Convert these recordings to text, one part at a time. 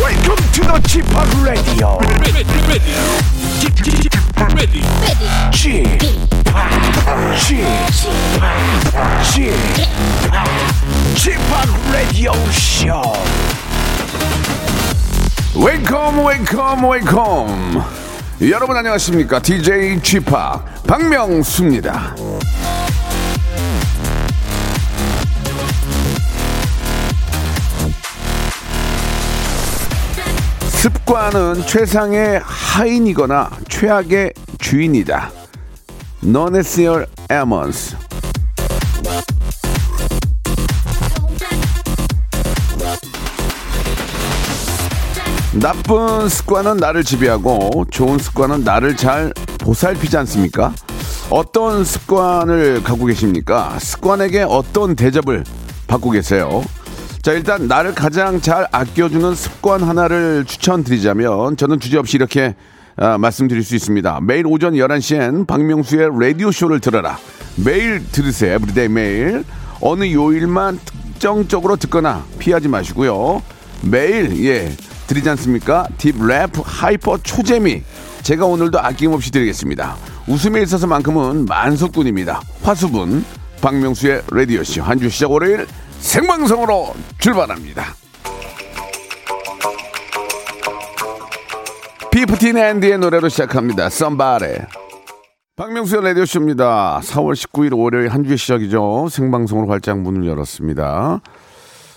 Welcome to the g p o p Radio. ready, ready, ready, g p o p g p g p o p Radio Show. Welcome, welcome, welcome. 여러분 안녕하십니까? DJ g p o p 박명수입니다. 습관은 최상의 하인이거나 최악의 주인이다. Non-Essential Ammons. 나쁜 습관은 나를 지배하고 좋은 습관은 나를 잘 보살피지 않습니까? 어떤 습관을 갖고 계십니까? 습관에게 어떤 대접을 받고 계세요? 자, 일단 나를 가장 잘 아껴주는 습관 하나를 추천드리자면 저는 주제없이 이렇게 아, 말씀드릴 수 있습니다. 매일 오전 11시엔 박명수의 라디오쇼를 들어라. 매일 들으세요. 에브리데이 매일. 어느 요일만 특정적으로 듣거나 피하지 마시고요. 매일 예 드리지 않습니까? 딥랩 하이퍼 초재미 제가 오늘도 아낌없이 드리겠습니다. 웃음에 있어서만큼은 만석군입니다. 화수분 박명수의 라디오 씨 한 주 시작 월요일 생방송으로 출발합니다. 피프틴 앤디의 노래로 시작합니다. 썸바레 박명수의 라디오쇼입니다. 4월 19일 월요일 한 주의 시작이죠. 생방송으로 활짝 문을 열었습니다.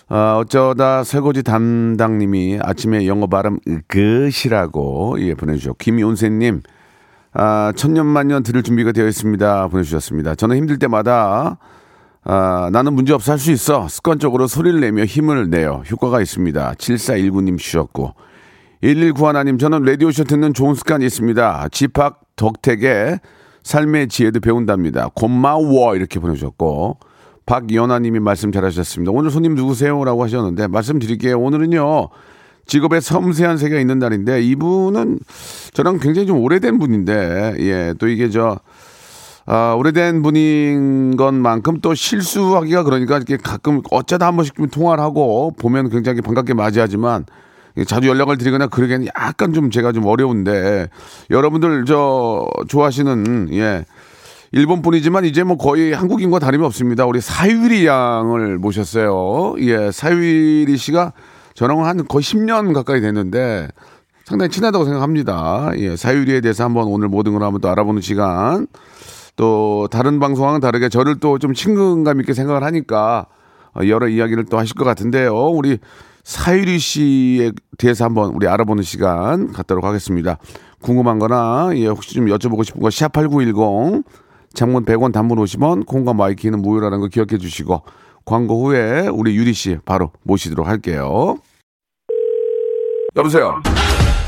아, 어쩌다 설거지 담당님이 아침에 영어 발음 끝이라고 예, 보내주셨고 김윤세님 아, 천년만년 들을 준비가 되어 있습니다 보내주셨습니다. 저는 힘들 때마다 아, 나는 문제없어 할 수 있어 습관적으로 소리를 내며 힘을 내요 효과가 있습니다. 7419님 주셨고 119 하나님 저는 라디오쇼 듣는 좋은 습관이 있습니다. 집합 덕택의 삶의 지혜도 배운답니다. 고마워 이렇게 보내주셨고 박연아님이 말씀 잘하셨습니다. 오늘 손님 누구세요라고 하셨는데 말씀드릴게요. 오늘은요 직업의 섬세한 세계가 있는 날인데 이분은 저랑 굉장히 좀 오래된 분인데 예 또 이게 저 아, 오래된 분인 것만큼 또 실수하기가 그러니까 이렇게 가끔 어쩌다 한 번씩 좀 통화를 하고 보면 굉장히 반갑게 맞이하지만 예, 자주 연락을 드리거나 그러기에는 약간 좀 제가 좀 어려운데 여러분들 저 좋아하시는 예 일본 분이지만 이제 뭐 거의 한국인과 다름이 없습니다. 우리 사유리 양을 모셨어요. 예, 사유리 씨가 저랑 한 거의 10년 가까이 됐는데 상당히 친하다고 생각합니다. 예, 사유리에 대해서 한번 오늘 모든 걸 한번 또 알아보는 시간 또 다른 방송과는 다르게 저를 또 좀 친근감 있게 생각을 하니까 어, 여러 이야기를 또 하실 것 같은데요. 우리 사유리 씨에 대해서 한번 우리 알아보는 시간 갖도록 하겠습니다. 궁금한 거나 예, 혹시 좀 여쭤보고 싶은 거 샵8910 장문 100원 단문 50원 콩과 마이키는 무료라는 거 기억해 주시고 광고 후에 우리 유리 씨 바로 모시도록 할게요. 여보세요.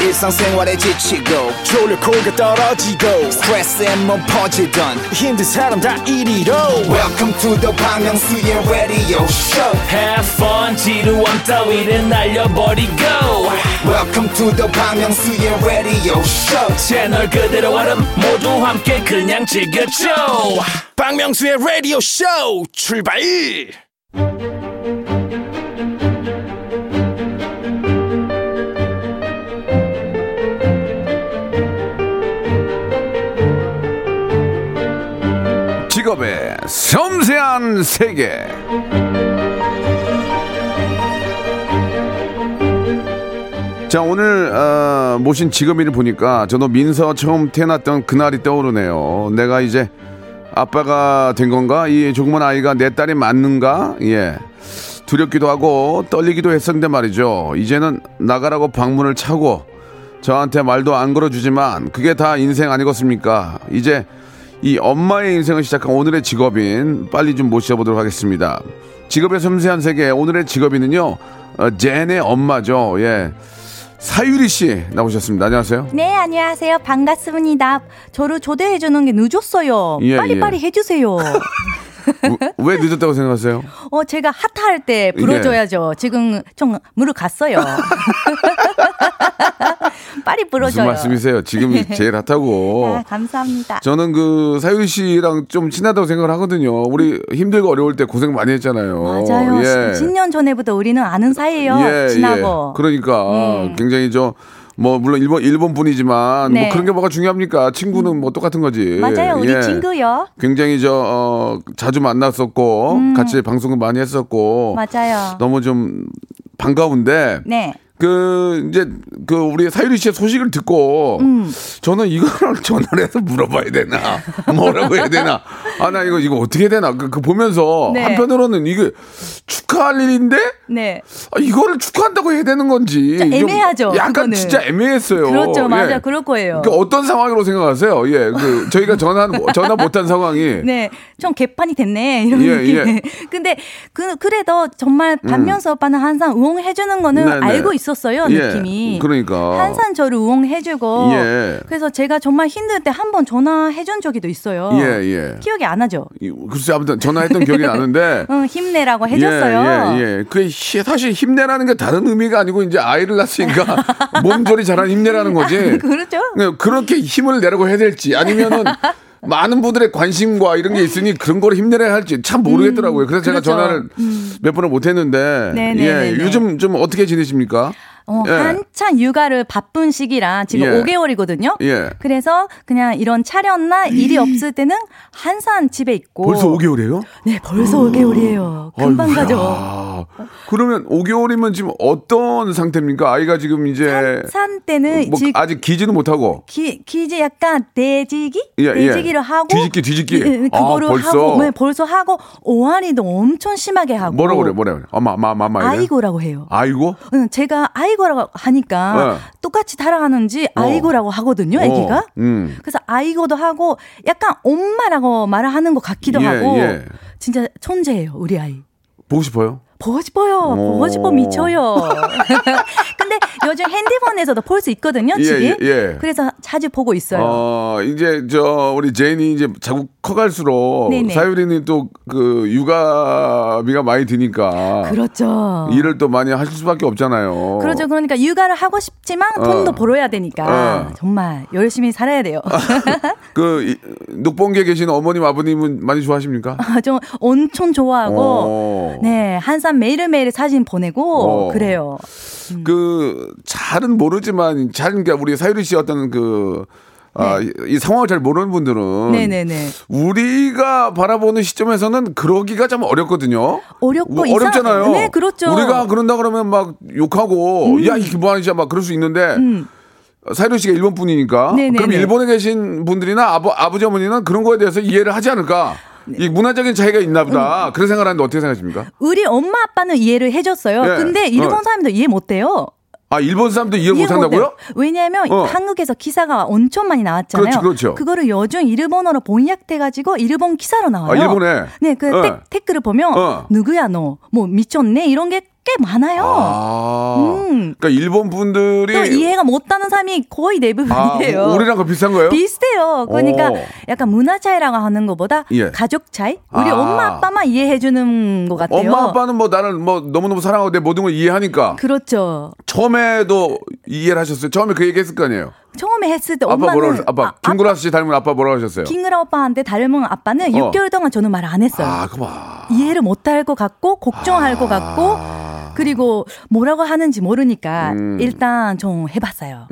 일상생활에 지치고, 졸려 코가 떨어지고, 스트레스에 몸 퍼지던, 힘든 사람 다 이리로. welcome to the Bang Myung-soo's radio show Have fun 지루한 따위를 날려버리고 welcome to the Bang Myung-soo's radio show 채널 그대로 얼음 모두 함께 그냥 즐겨줘 박명수의 라디오 쇼 출발 직업의 섬세한 세계. 자 오늘 어, 모신 직업인을 보니까 저도 민서 처음 태어났던 그날이 떠오르네요. 내가 이제 아빠가 된 건가? 이 조그만 아이가 내 딸이 맞는가? 예. 두렵기도 하고 떨리기도 했었는데 말이죠. 이제는 나가라고 방문을 차고 저한테 말도 안 걸어주지만 그게 다 인생 아니겠습니까? 이제 이 엄마의 인생을 시작한 오늘의 직업인 빨리 좀 모셔보도록 하겠습니다. 직업의 섬세한 세계 오늘의 직업인은요 어, 젠의 엄마죠. 예. 사유리 씨 나오셨습니다. 안녕하세요. 네, 안녕하세요. 반갑습니다. 저를 초대해주는 게 늦었어요. 예, 빨리빨리 예. 해주세요. 네? 우- 왜 늦었다고 생각하세요? 어, 제가 핫할 때 예. 불어줘야죠. 지금 좀 물을 갔어요. 빨리 무슨 불어줘요. 말씀이세요? 지금이 제일 아, 핫하고 감사합니다. 저는 그 사유리 씨랑 좀 친하다고 생각을 하거든요. 우리 힘들고 어려울 때 고생 많이 했잖아요. 맞아요. 예. 10년 전에부터 우리는 아는 사이예요. 지나고. 그러니까 굉장히 저 뭐 물론 일본 일본 분이지만 뭐 네. 그런 게 뭐가 중요합니까? 친구는 뭐 똑같은 거지. 맞아요. 우리 예. 친구요. 굉장히 저 어, 자주 만났었고 같이 방송을 많이 했었고 음. 맞아요. 너무 좀 반가운데 네. 그 이제 그 우리 사유리 씨의 소식을 듣고 음. 저는 이걸 전화를 해서 물어봐야 되나 뭐라고 해야 되나 아 나 이거 이거 어떻게 해야 되나 그, 그 보면서 네. 한편으로는 이게 축하할 일인데 네. 아, 이거를 축하한다고 해야 되는 건지 진짜 좀 애매하죠, 약간 그거는. 진짜 애매했어요. 그렇죠. 맞아요. 예. 그럴 거예요. 그 어떤 상황으로 생각하세요? 예, 그 저희가 전화 전화 못한 상황이 네, 좀 개판이 됐네 이런 예, 느낌. 예. 근데 그 그래도 정말 반면서 오빠는 항상 응원해주는 거는 네, 네. 알고 있었어요 예, 느낌이. 그러니까. 항상 저를 응원해주고. 예. 그래서 제가 정말 힘들 때 한 번 전화해준 적이 도 있어요. 예, 예. 기억이 안 나죠. 이- 글쎄 아무튼 전화했던 기억이 나는데 응, 힘내라고 해줬어요. 예, 예, 예. 그게 시- 사실 힘내라는 게 다른 의미가 아니고 이제 아이를 낳았으니까 몸조리 잘한 힘내라는 거지. 그렇죠. 네, 그렇게 힘을 내라고 해야 될지 아니면은 많은 분들의 관심과 이런 게 있으니 그런 걸 힘내야 할지 참 모르겠더라고요. 그래서 제가 그렇죠. 전화를 몇 번을 못 했는데 네, 네, 예, 네, 네. 요즘 좀 어떻게 지내십니까? 어, 예. 한참 육아를 바쁜 시기라 지금 예. 5개월이거든요. 예. 그래서 그냥 이런 차렸나 일이 없을 때는 항상 집에 있고. 벌써 5개월이에요? 네, 벌써 5개월이에요. 금방 아이고야. 가죠. 그러면 5개월이면 지금 어떤 상태입니까? 아이가 지금 이제 산 때는 뭐 지, 아직 기지는 못하고 기, 기지 약간 돼지기? 예, 예. 돼지기를 하고. 뒤집기, 뒤집기. 예, 예, 아, 그거를 벌써? 하고. 네, 벌써 하고. 오한이도 엄청 심하게 하고. 뭐라고 그래, 뭐라고 그래. 엄마, 엄마, 엄마, 엄마. 이래? 어, 아이고라고 해요. 아이고? 응, 제가 아이고라고 하니까 네. 똑같이 따라하는지 어. 아이고라고 하거든요, 아기가. 어, 음. 그래서 아이고도 하고 약간 엄마라고 말하는 것 같기도 예, 하고 예. 진짜 천재예요, 우리 아이. 보고 싶어요? 보고 싶어요. 보고 싶어 미쳐요. 근데 요즘 핸드폰에서도 볼 수 있거든요, 예, 집이. 예, 예. 그래서 자주 보고 있어요. 어, 이제 저 우리 제인이 이제 자꾸 커갈수록 네네. 사유리는 또 그 육아비가 많이 드니까 그렇죠. 일을 또 어. 많이 하실 수밖에 없잖아요. 그렇죠. 그러니까 육아를 하고 싶지만 돈도 어. 벌어야 되니까 어. 정말 열심히 살아야 돼요. 그 이- 녹봉기에 계신 어머님 아버님은 많이 좋아하십니까? 어. 좀 엄청 오. 좋아하고 네 항상 매일매일 사진 보내고 오. 그래요. 음. 그 잘은 모르지만 잘 그러니까 우리 사유리 씨 어떤 그 아, 네. 이- 이 상황을 잘 모르는 분들은 네네네. 우리가 바라보는 시점에서는 그러기가 참 어렵거든요. 어렵고 뭐 어렵잖아요. 이상- 네, 그렇죠. 음. 우리가 그런다 그러면 막 욕하고 야 이게 뭐 하는지 막 그럴 수 있는데 사유리 씨가 일본 분이니까 네, 네, 그럼 네. 일본에 계신 분들이나 아버 아버지 어머니는 그런 거에 대해서 이해를 하지 않을까. 네. 이 문화적인 차이가 있나 보다. 음. 그런 생각하는데 어떻게 생각하십니까? 우리 엄마 아빠는 이해를 해줬어요. 예. 근데 어. 일본 사람들 이해 못해요. 아 일본 사람도 이해 이해 못 한다고요? 못해요. 왜냐하면 어. 한국에서 기사가 엄청 많이 나왔잖아요. 그렇죠, 그렇죠. 거를 요즘 일본어로 번역돼가지고 일본 기사로 나와요. 아, 일본에? 네, 그 네. 태- 댓글을 보면 어. 누구야 너? 뭐 미쳤네 이런 게 꽤 많아요. 아. 음. 그러니까 일본 분들이 또 이해가 못하는 사람이 거의 아, 대부분이에요. 우리랑 그 비슷한 거예요? 비슷해요. 그러니까 오. 약간 문화 차이라고 하는 것보다 예. 가족 차이? 우리 아. 엄마 아빠만 이해해 주는 것 같아요. 엄마 아빠는 뭐 나를 뭐 너무너무 사랑하고 내 모든 걸 이해하니까 그렇죠. 처음에도 이해를 하셨어요. 처음에 그 얘기 했을 거 아니에요. 처음에 했을 때 아빠 뭐라고 엄마는 하셨어요? 아빠 아, 김구라 씨 닮은 아빠 뭐라고 하셨어요? 킹그라 오빠한테 닮은 아빠는 어. 6개월 동안 저는 말 안 했어요. 아, 그만. 이해를 못할 것 같고 걱정할 것 같고 아. 그리고 뭐라고 하는지 모르니까 음. 일단 좀 해봤어요.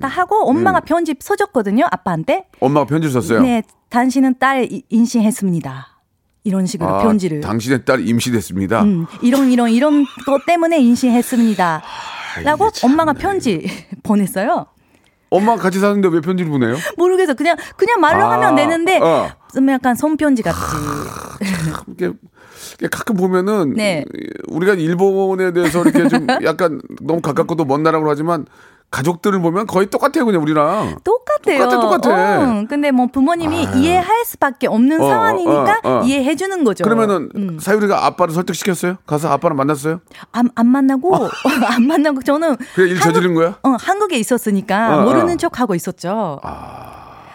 다 하고 엄마가 편집 써줬거든요 아빠한테. 엄마가 편지 를 썼어요. 네, 당신은 딸 이- 임신했습니다. 이런 식으로 아, 편지를. 당신의 딸 임신했습니다. 음, 이런 이런 이런 것 때문에 임신했습니다. 아, 라고 엄마가 편지 보냈어요. 엄마 같이 사는데 왜 편지를 보내요? 모르겠어. 그냥 그냥 말로 아, 하면 되는데 어. 좀 약간 손편지 같이. 이렇게, 이렇게 가끔 보면은 네. 우리가 일본에 대해서 이렇게 좀 약간 너무 가깝고도 먼 나라고 하지만 가족들을 보면 거의 똑같아요 그냥 우리랑 똑같아요. 똑같아, 똑같아. 아. 어, 근데 뭐 부모님이 이해할 수밖에 없는 어, 상황이니까 어, 어. 이해해 주는 거죠. 음, 그러면은 사유리가 아빠를 설득시켰어요? 가서 아빠랑 만났어요? 안, 안 만나고 안 만나고 저는 어. 그냥 일 저지른 거야? 어, 한국에 있었으니까 어, 아. 모르는 어. 척 하고 있었죠.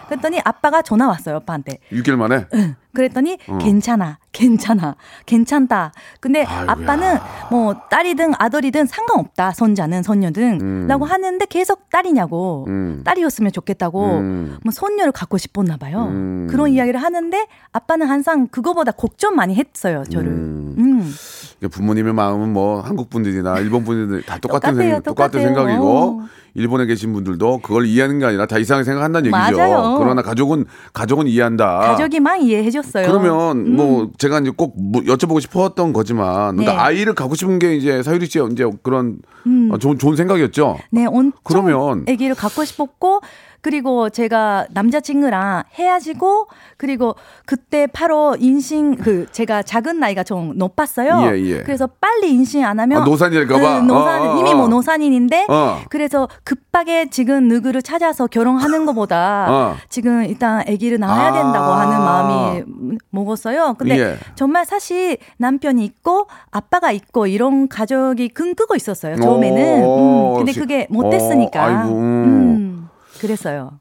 그랬더니 아빠가 전화 왔어요, 아빠한테. 6일 만에 그랬더니 괜찮아, 괜찮아, 괜찮다. 근데 아이고야. 아빠는뭐 딸이든 아들이든 상관없다. 손자는 손녀든라고 음. 하는데 계속 딸이냐고 딸이었으면 좋겠다고 음. 뭐 손녀를 갖고 싶었나 봐요. 그런 이야기를 하는데 아빠는 항상 그거보다 걱정 많이 했어요. 저를. 음. 이게 부모님의 마음은 뭐 한국 분들이나 일본 분들이 다 똑같은 똑같아요, 생각, 똑같은 똑같아요. 생각이고 오. 일본에 계신 분들도 그걸 이해하는 게 아니라 다 이상하게 생각한다는 얘기죠. 맞아요. 그러나 가족은 가족은 이해한다. 가족이 많이 이해해줬어요. 아. 그러면 뭐 제가 이제 꼭 뭐 여쭤보고 싶었던 거지만 그러니까 음. 네. 아이를 갖고 싶은 게 이제 사유리 씨의 이제 그런 음. 어, 좋은 좋은 생각이었죠. 네, 엄청 그러면- 아기를 갖고 싶었고 그리고 제가 남자친구랑 헤어지고 그리고 그때 바로 인신 그 제가 작은 나이가 좀 높았어요. 예, 예. 그래서 빨리 인신 안 하면 아, 노산일까봐? 네, 노산 어, 어, 이미 어. 뭐 노산인인데 어. 그래서 급하게 지금 누구를 찾아서 결혼하는 것보다 어. 지금 일단 아기를 낳아야 아. 된다고 하는 마음이 먹었어요. 근데 예. 정말 사실 남편이 있고 아빠가 있고 이런 가족이 금끄고 있었어요. 처음에는. 오, 음, 근데 역시. 그게 못됐으니까. 어, 아이고. 음, 그랬어요.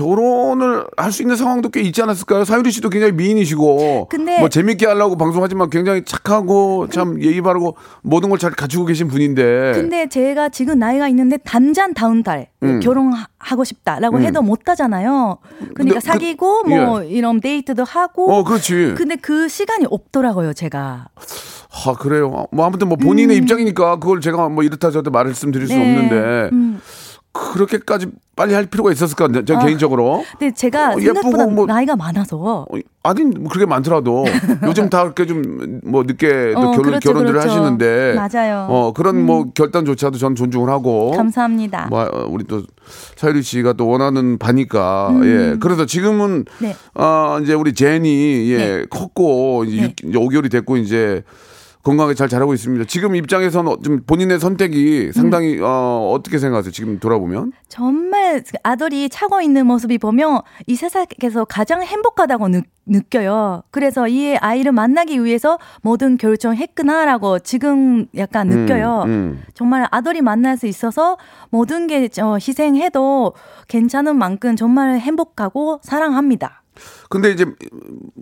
결혼을 할 수 있는 상황도 꽤 있지 않았을까요? 사유리 씨도 굉장히 미인이시고 근데- 뭐 재밌게 하려고 방송하지만 굉장히 착하고 참 예의 바르고 모든 걸 잘 갖추고 계신 분인데 근데 제가 지금 나이가 있는데 당장 다음 달 네. 음. 결혼하고 싶다라고 음. 해도 못 하잖아요. 근데 그- 그러니까 사귀고 뭐 이런 데이트도 하고. 어 그렇지. 근데 그 시간이 없더라고요, 제가. 아 그래요. 뭐 아무튼 뭐 음. 본인의 입장이니까 그걸 제가 뭐 이렇다 저렇다 말씀드릴 수는 없는데 네. 음. 그렇게까지 빨리 할 필요가 있었을까? 저 아. 개인적으로. 근데 제가 어, 생각보다 예쁘고 뭐- 나이가 많아서. 어, 아니 뭐 그렇게 많더라도 요즘 다 그렇게 좀 뭐 늦게 또 어, 결혼 그렇죠, 결혼들을 그렇죠. 하시는데 맞아요. 음. 어 그런 뭐 결단조차도 저는 존중을 하고 감사합니다. 뭐, 어, 우리 또 사유리 씨가 또 원하는 바니까 예 그래서 지금은 음. 네. 아 이제 우리 제니 예 네. 컸고 이제, 네. 육- 이제 5개월이 됐고 이제 건강하게 잘 자라고 있습니다. 지금 입장에서는 어- 좀 본인의 선택이 음. 상당히 어, 어떻게 생각하세요? 지금 돌아보면 정말 아들이 차고 있는 모습이 보면 이 세상에서 가장 행복하다고 느, 느껴요. 그래서 이 아이를 만나기 위해서 모든 결정했구나라고 지금 약간 느껴요. 음. 정말 아들이 만날 수 있어서 모든 게 어, 희생해도 괜찮은 만큼 정말 행복하고 사랑합니다. 근데 이제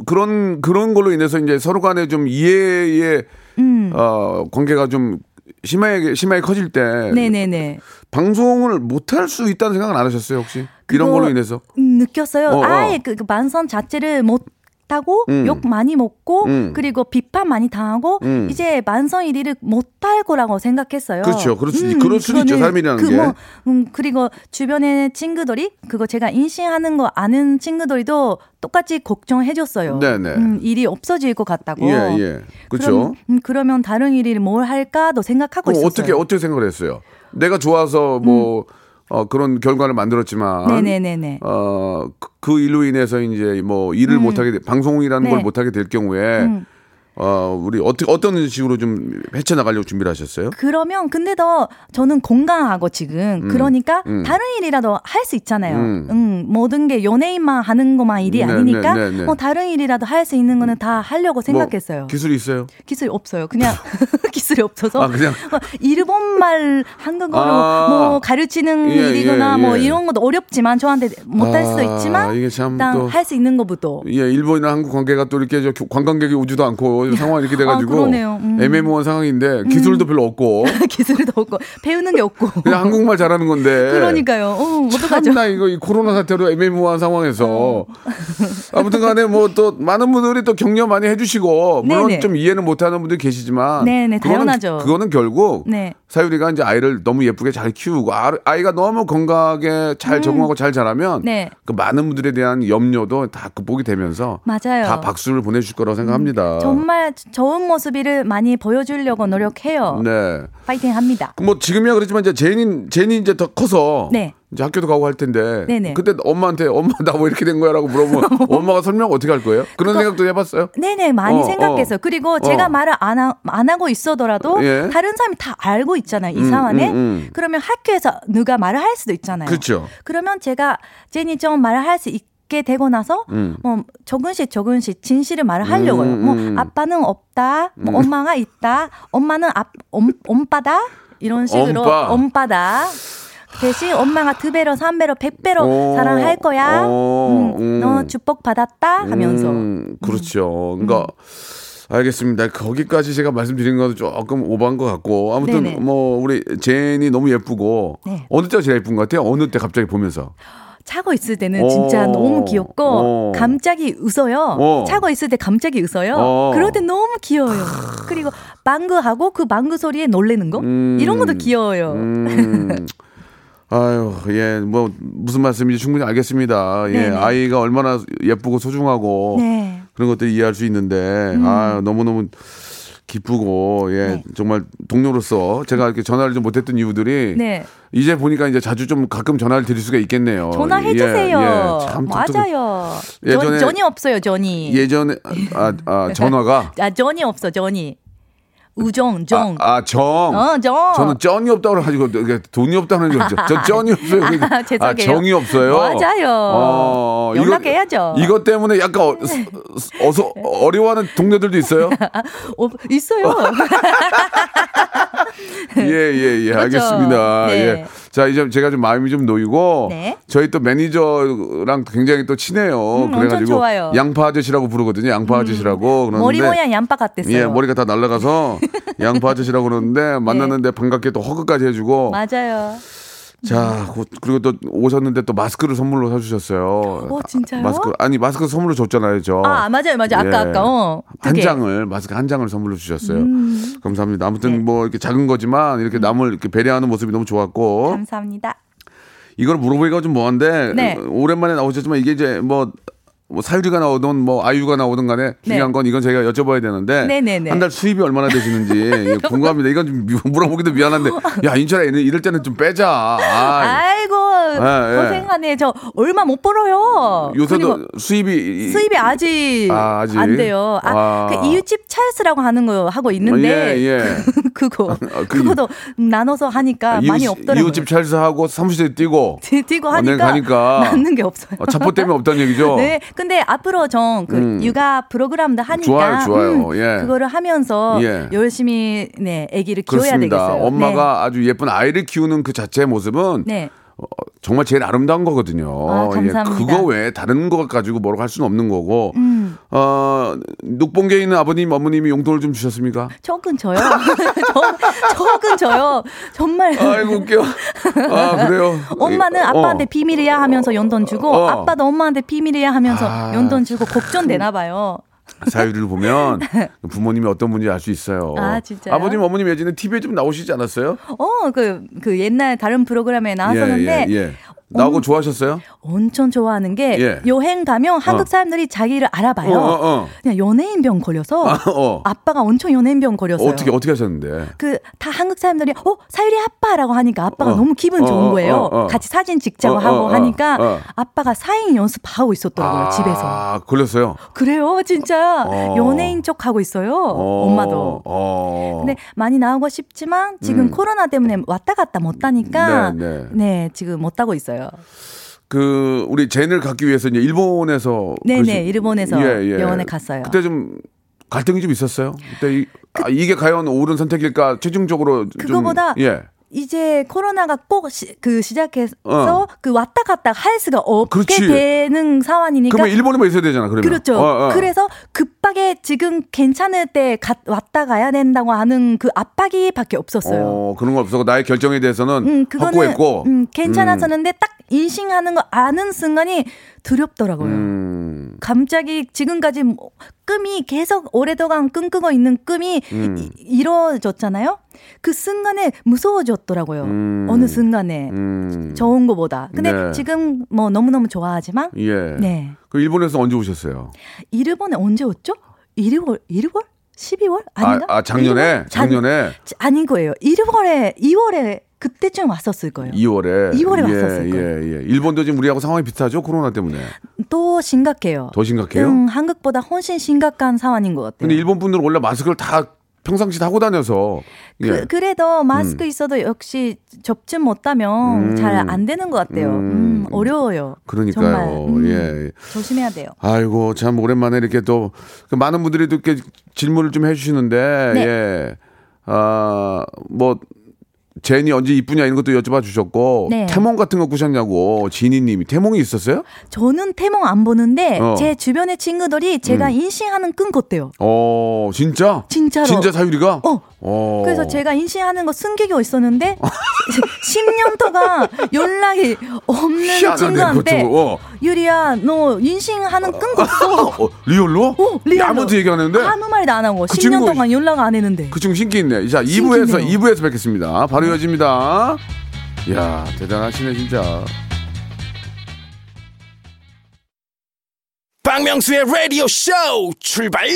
그런 그런 걸로 인해서 이제 서로 간에 좀 이해의 음. 어, 관계가 좀 심하게 심하게 커질 때 네네네. 방송을 못 할 수 있다는 생각은 안 하셨어요 혹시 이런 그거 걸로 인해서 음, 느꼈어요. 어, 어. 아예 그, 그 만선 자체를 못 하고 음. 욕 많이 먹고 음. 그리고 비판 많이 당하고 음. 이제 만선 1위를 못 할 거라고 생각했어요. 음, 그렇죠. 그럴 수- 그럴 수도 있죠. 그거는 삶이라는 그 게. 뭐, 음, 그리고 주변에 친구들이 그거 제가 인신하는 거 아는 친구들도 똑같이 걱정해줬어요. 네네. 음, 일이 없어질 것 같다고. 예예 그렇죠. 그럼, 음, 그러면 다른 일을 뭘 할까도 생각하고 그럼 있었어요. 음. 어떻게 어떻게 생각을 했어요? 내가 좋아서 뭐 어, 그런 결과를 만들었지만 네네네네. 어, 그- 그 일로 인해서 이제 뭐 일을 못 하게 방송이라는 음. 네. 음. 걸 못 하게 될 경우에 어, 우리 어떻게 어떤 식으로 좀 헤쳐 나가려고 준비를 하셨어요? 그러면 근데 더 저는 건강하고 지금 그러니까 음. 다른 일이라도 할 수 있잖아요. 음. 음. 모든 게 연예인만 하는 것만 일이 네, 아니니까 네, 네, 네. 뭐 다른 일이라도 할 수 있는 거는 다 하려고 생각했어요. 뭐 기술이 있어요? 기술이 없어요. 그냥 기술이 없어서 아, 그냥? 뭐 일본말 한국어로 아. 뭐 가르치는 예, 일이거나 예, 예. 뭐 이런 것도 어렵지만 저한테 못할 아, 수도 있지만 이게 참 또- 일단 할 수 있는 것부터 예, 일본이나 한국 관계가 또 이렇게 저 관광객이 오지도 않고 상황이 이렇게 아, 돼가지고 그러네요. 음. 애매모호한 상황인데 기술도 별로 없고 기술이 더 없고 배우는 게 없고 그냥 한국말 잘하는 건데 그러니까요. 어, 어떡하죠? 예. 참나 이거 이 코로나 사태로 애매모호한 상황에서 아무튼간에 뭐 또 많은 분들이 또 격려 많이 해주시고 물론 네네. 좀 이해는 못하는 분들이 계시지만 네네, 그거는, 당연하죠. 그거는 결국 네. 사유리가 이제 아이를 너무 예쁘게 잘 키우고 아- 아이가 너무 건강하게 잘 적응하고 잘 자라면 음. 네. 그 많은 분들에 대한 염려도 다 극복이 되면서 맞아요. 음, 다 박수를 보내줄 거라고 생각합니다. 정말 정말 좋은 모습을 많이 보여주려고 노력해요. 네. 파이팅 합니다. 그뭐 지금이야 그렇지만 이제 제인이 제인이 이제 더 커서 네. 이제 학교도 가고 할 텐데 네네. 뭐. 그때 엄마한테 엄마 나 왜 이렇게 된 거야라고 물어보면 엄마가 설명 어떻게 할 거예요? 그런 생각도 해봤어요? 네네 많이 어, 생각해서 어. 그리고 제가 어. 말을 안, 하, 안 하고 있어더라도 예. 다른 사람이 다 알고 있잖아요 이 음, 상황에 음, 음. 그러면 학교에서 누가 말을 할 수도 있잖아요 그렇죠. 러면 제가 제니 좀 말을 할 수 있게 되고 나서 뭐 조금씩 조금씩 진실을 말을 하려고요 음, 음. 뭐 아빠는 없다 뭐 엄마가 있다 엄마는 아, 엄, 엄빠다 이런 식으로 엄빠. 다 대신 엄마가 두 배로 삼 배로 백 배로 어, 사랑할 거야 어, 음, 음. 너 축복 받았다 하면서 음. 음, 그렇죠. 그러니까 알겠습니다. 거기까지 제가 말씀드린 것도 조금 오버한 것 같고 아무튼 네네. 뭐 우리 제인이 너무 예쁘고 네. 어느 때가 제일 예쁜 것 같아요? 어느 때 갑자기 보면서 차고 있을 때는 오. 진짜 너무 귀엽고 오. 갑자기 웃어요. 오. 차고 있을 때 갑자기 웃어요. 오. 그럴 때 너무 귀여워요. 그리고 방구하고 그 방구 소리에 놀래는 거 음. 이런 것도 귀여워요. 음. 아유, 예, 뭐, 무슨 말씀인지 충분히 알겠습니다. 예, 네네. 아이가 얼마나 예쁘고 소중하고 네. 음. 그런 것들 이해할 수 있는데, 아 너무너무 기쁘고, 예, 네. 정말 동료로서 제가 이렇게 전화를 좀 못했던 이유들이 네. 이제 보니까 이제 자주 좀 가끔 전화를 드릴 수가 있겠네요. 전화해 예, 주세요. 예, 참 독특- 맞아요. 예전에- 전, 전이 없어요, 전이. 예전에, 아, 아, 전화가. 아, 전이 없어, 전이. 우정, 정. 아, 아, 정. 어, 정. 저는 쩐이 없다고 해가지고 이게 돈이 없다는 게 없죠. 저 쩐이 없어요. 그러니까, 죄송해요. 아, 정이 없어요. 어, 맞아요. 연락해야죠. 이거, 이것 때문에 약간 어, 어서 어려워하는 동료들도 있어요. 어, 있어요. 예, 예, 예. 그렇죠. 알겠습니다. 네. 예. 자, 이제 제가 좀 마음이 좀 놓이고 네. 저희 또 매니저랑 굉장히 또 친해요. 음, 그래 가지고 엄청 좋아요. 음. 양파 아저씨라고 부르거든요. 양파 아저씨라고. 그러는데 머리 모양 얌빠 같았어요. 네. 예, 머리가 다 날아가서 양파 아저씨라고 그러는데 만났는데 반갑게 또 허그까지 해 주고 맞아요. 자, 고- 그리고 또 오셨는데 또 마스크를 선물로 사주셨어요. 어, 진짜요? 마스크, 아니, 마스크 선물로 줬잖아요, 저. 아, 맞아요, 맞아요. 아까, 어. 예. 아까, 어. 두 한 개. 음. 장을, 마스크 한 장을 선물로 주셨어요. 감사합니다. 아무튼 네. 뭐 이렇게 작은 거지만 이렇게 남을 이렇게 배려하는 모습이 너무 좋았고. 감사합니다. 이걸 물어보기가 좀 뭐한데 네. 어, 오랜만에 나오셨지만 이게 이제 뭐, 뭐 사유리가 나오든 뭐 아이유가 나오든 간에 중요한 네. 건 이건 저희가 여쭤봐야 되는데 네네네. 한 달 수입이 얼마나 되시는지 예, 궁금합니다. 이건 좀 미- 물어보기도 미안한데 야 인천에 이럴 때는 좀 빼자. 아, 아이고 예, 예. 고생하네. 저 얼마 못 벌어요. 요새도 그리고 수입이 수입이 아직, 아, 아직? 안 돼요. 와. 아, 그 이웃집 찰스라고 하는 거 하고 있는데 예, 예. 그거 아, 그 아, 그거도 나눠서 하니까 아, 많이 이웃- 없더라고요. 이웃집 찰스하고 사무실에 뛰고 뛰고 언행 하니까 가니까. 남는 게 없어요. 어, 차포 때문에 없다는 얘기죠. 네, 근데 앞으로 전 그 육아 프로그램도 하니까 좋아요, 음, 좋아요. 예. 그거를 하면서 예. 열심히 네 아기를 키워야 그렇습니다. 되겠어요. 엄마가 아주 예쁜 아이를 키우는 그 자체의 모습은 네. 네. 어, 정말 제일 아름다운 거거든요. 예, 아, 감사합니다. 그거 외에 다른 거 가지고 뭐라고 할 수는 없는 거고. 음. 어, 녹봉계에 있는 아버님, 어머님이 용돈을 좀 주셨습니까? 적은 저요. 적, 적은 저요. 정말. 아이고 웃겨. 아 그래요. 엄마는 아빠한테 어. 비밀이야 하면서 연돈 주고 어. 아빠도 엄마한테 비밀이야 하면서 아, 연돈 주고 걱정되나 봐요. 사유를 어, 보면 부모님이 어떤 분인지 알 수 있어요. 아, 진짜요? 버님 어머님 예전에 TV에 좀 나오시지 않았어요? 어, 그, 그 옛날 다른 프로그램에 나왔었는데 예, 예, 예. 나오고 좋아하셨어요? 엄청 좋아하는 게 예. 여행 가면 어. 한국 사람들이 자기를 알아봐요. 어, 어, 어. 그냥 연예인병 걸려서 아, 어. 아빠가 엄청 연예인병 걸렸어요. 어떻게 어떻게 하셨는데? 그 다 한국 사람들이 어 사유리 아빠라고 하니까 아빠가 어. 너무 기분 어, 어, 좋은 거예요. 어, 어. 같이 사진 찍자고 어, 하고 어, 어, 하니까 어. 아빠가 사인 연습하고 있었더라고요 아, 집에서. 걸렸어요. 그래요 진짜 어. 연예인 척 하고 있어요 어, 엄마도. 어. 근데 많이 나오고 싶지만 지금 음. 코로나 때문에 왔다 갔다 못 하니까 네, 네. 지금 못 하고 있어요. 그 우리 젠을 갖기 위해서 이제 일본에서 네네, 그러시- 예, 일본에서 병원에 갔어요. 그때 좀 갈등이 좀 있었어요. 그때 이, 아, 이게 과연 옳은 선택일까 최종적으로 좀- 그거보다 예. 이제 코로나가 꼭 그 시작해서 어. 그 왔다 갔다 할 수가 없게 그렇지. 되는 상황이니까 그러면 일본에만 있어야 되잖아. 그러면 그렇죠. 어, 어. 그래서 급하게 지금 괜찮을 때 가- 왔다 가야 된다고 하는 그 압박이 밖에 없었어요. 어, 그런 거 없었고 나의 결정에 대해서는 음, 그거는 확고했고. 음, 괜찮아졌는데 딱 인식하는 거 아는 순간이 두렵더라고요. 음, 갑자기 지금까지 뭐 끔이 계속 오래동안 끙끄고 있는 끔이 음. 이- 이루어졌잖아요. 그 순간에 무서워졌더라고요. 음. 어느 순간에 음. 좋은 거보다. 근데 네. 지금 뭐 너무너무 좋아하지만 예. 네. 그 일본에서 언제 오셨어요? 일본에 언제 왔죠? 일월 일월? 12월 아, 아니나? 아 작년에 이월? 작- 작년에 아닌 거예요. 1월에 2월에 그때쯤 왔었을 거예요. 2월에 2월에 예, 왔었을 거예요. 예, 예. 일본도 지금 우리하고 상황이 비슷하죠 코로나 때문에. 또 심각해요. 더 심각해요? 음, 한국보다 훨씬 심각한 상황인 것 같아요. 근데 일본 분들은 원래 마스크를 다 평상시 하고 다녀서 예. 그, 그래도 마스크 있어도 역시 접촉 못하면 음. 잘 안 되는 것 같아요. 음, 어려워요. 그러니까요. 정말. 음, 예, 예. 조심해야 돼요. 아이고 참 오랜만에 이렇게 또그 많은 분들이 또 이렇게 질문을 좀 해주시는데 네. 예. 아뭐 제니 언제 이쁘냐 이런 것도 여쭤봐 주셨고 네. 태몽 같은 거 꾸셨냐고 지니님이 태몽이 있었어요? 저는 태몽 안 보는데 어. 음. 제 주변의 친구들이 제가 인신하는 끈 껐대요. 어 진짜? 진짜로. 진짜 사유리가? 어. 어. 그래서 제가 인신하는 거 숨기고 있었는데 10년 동안 연락이 없는 희한하네, 친구한테 그것도. 어. 유리야 너 인신하는 끈 껐어. 어, 리얼로? 어, 리얼로. 아무도 얘기 안 했는데 아무 말도 안 하고 그 10년 친구- 동안 연락 안 했는데. 그 친구 신기 있네. 자 2부에서 신기네요. 2부에서 뵙겠습니다. 바로 이어집니다. 이야 대단하시네 진짜. 박명수의 라디오 쇼 출발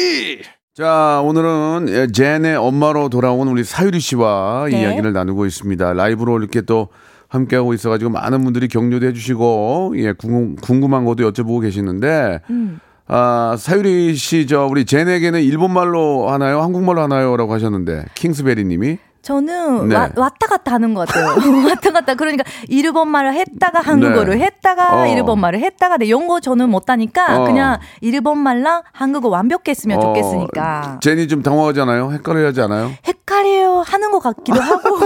자, 오늘은 예, 젠의 엄마로 돌아온 우리 사유리 씨와 네. 이야기를 나누고 있습니다. 라이브로 이렇게 또 함께하고 있어가지고 많은 분들이 격려도 해주시고, 예, 궁금, 궁금한 것도 여쭤보고 계시는데, 음. 아, 사유리 씨, 저, 우리 젠에게는 일본말로 하나요? 한국말로 하나요? 라고 하셨는데, 킹스베리 님이. 저는 네. 와- 왔다 갔다 하는 것 같아요. 왔다 갔다. 그러니까 일본말을 했다가 한국어를 네. 했다가 어. 일본말을 했다가 근데 영어 저는 못하니까 어. 그냥 일본말랑 한국어 완벽했으면 어, 좋겠으니까. 젠이 좀 당황하잖아요? 헷갈려 하지 않아요? 헷갈려 하는 것 같기도 하고.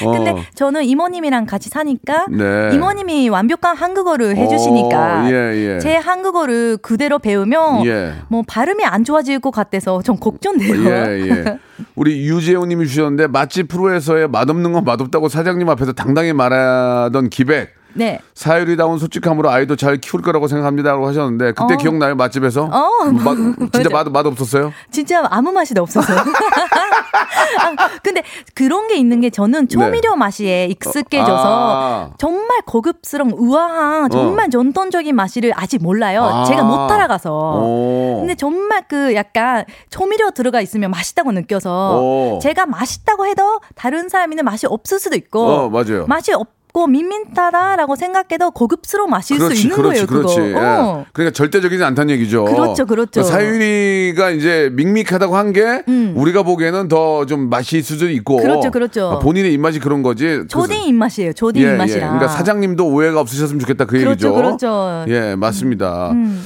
근데 어. 저는 이모님이랑 같이 사니까 네. 이모님이 완벽한 한국어를 해주시니까 어, 예, 예. 제 한국어를 그대로 배우면 예. 뭐 발음이 안 좋아질 것 같아서 좀 걱정돼요. 예, 예. 우리 유재호 님이 주셨는데 맛집 프로에서의 맛없는 건 맛없다고 사장님 앞에서 당당히 말하던 기백. 네. 사유리다운 솔직함으로 아이도 잘 키울 거라고 생각합니다라고 하셨는데 그때 어. 기억나요? 맛집에서? 뭐 어, 맛- 진짜 맞아. 맛, 맛 없었어요? 진짜 아무 맛이 없어서. 아, 근데 그런 게 있는 게 저는 조미료 맛에 익숙해져서 네. 아. 어. 정말 고급스러운 우아한 정말 전통적인 맛을 아직 몰라요. 아. 제가 못 따라가서. 오. 근데 정말 그 약간 조미료 들어가 있으면 맛있다고 느껴서 오. 제가 맛있다고 해도 다른 사람이는 맛이 없을 수도 있고 어, 맞아요. 맛이 없고 밋밋하다라고 생각해도 고급스러운 맛일 수 있는 거예요. 그렇지. 그거. 어. 예. 그러니까 절대적이지 않다는 얘기죠. 그러니까 그렇죠, 그렇죠. 사유리가 이제 밍밍하다고 한 게 음. 우리가 보기에는 더 좀 맛이 있을 수도 있고. 그렇죠, 그렇죠. 아, 본인의 입맛이 그런 거지. 조딩 입맛이에요. 조딩 입맛이라. 그러니까 사장님도 오해가 없으셨으면 좋겠다 그 그렇죠, 얘기죠. 그렇죠. 예, 맞습니다. 음.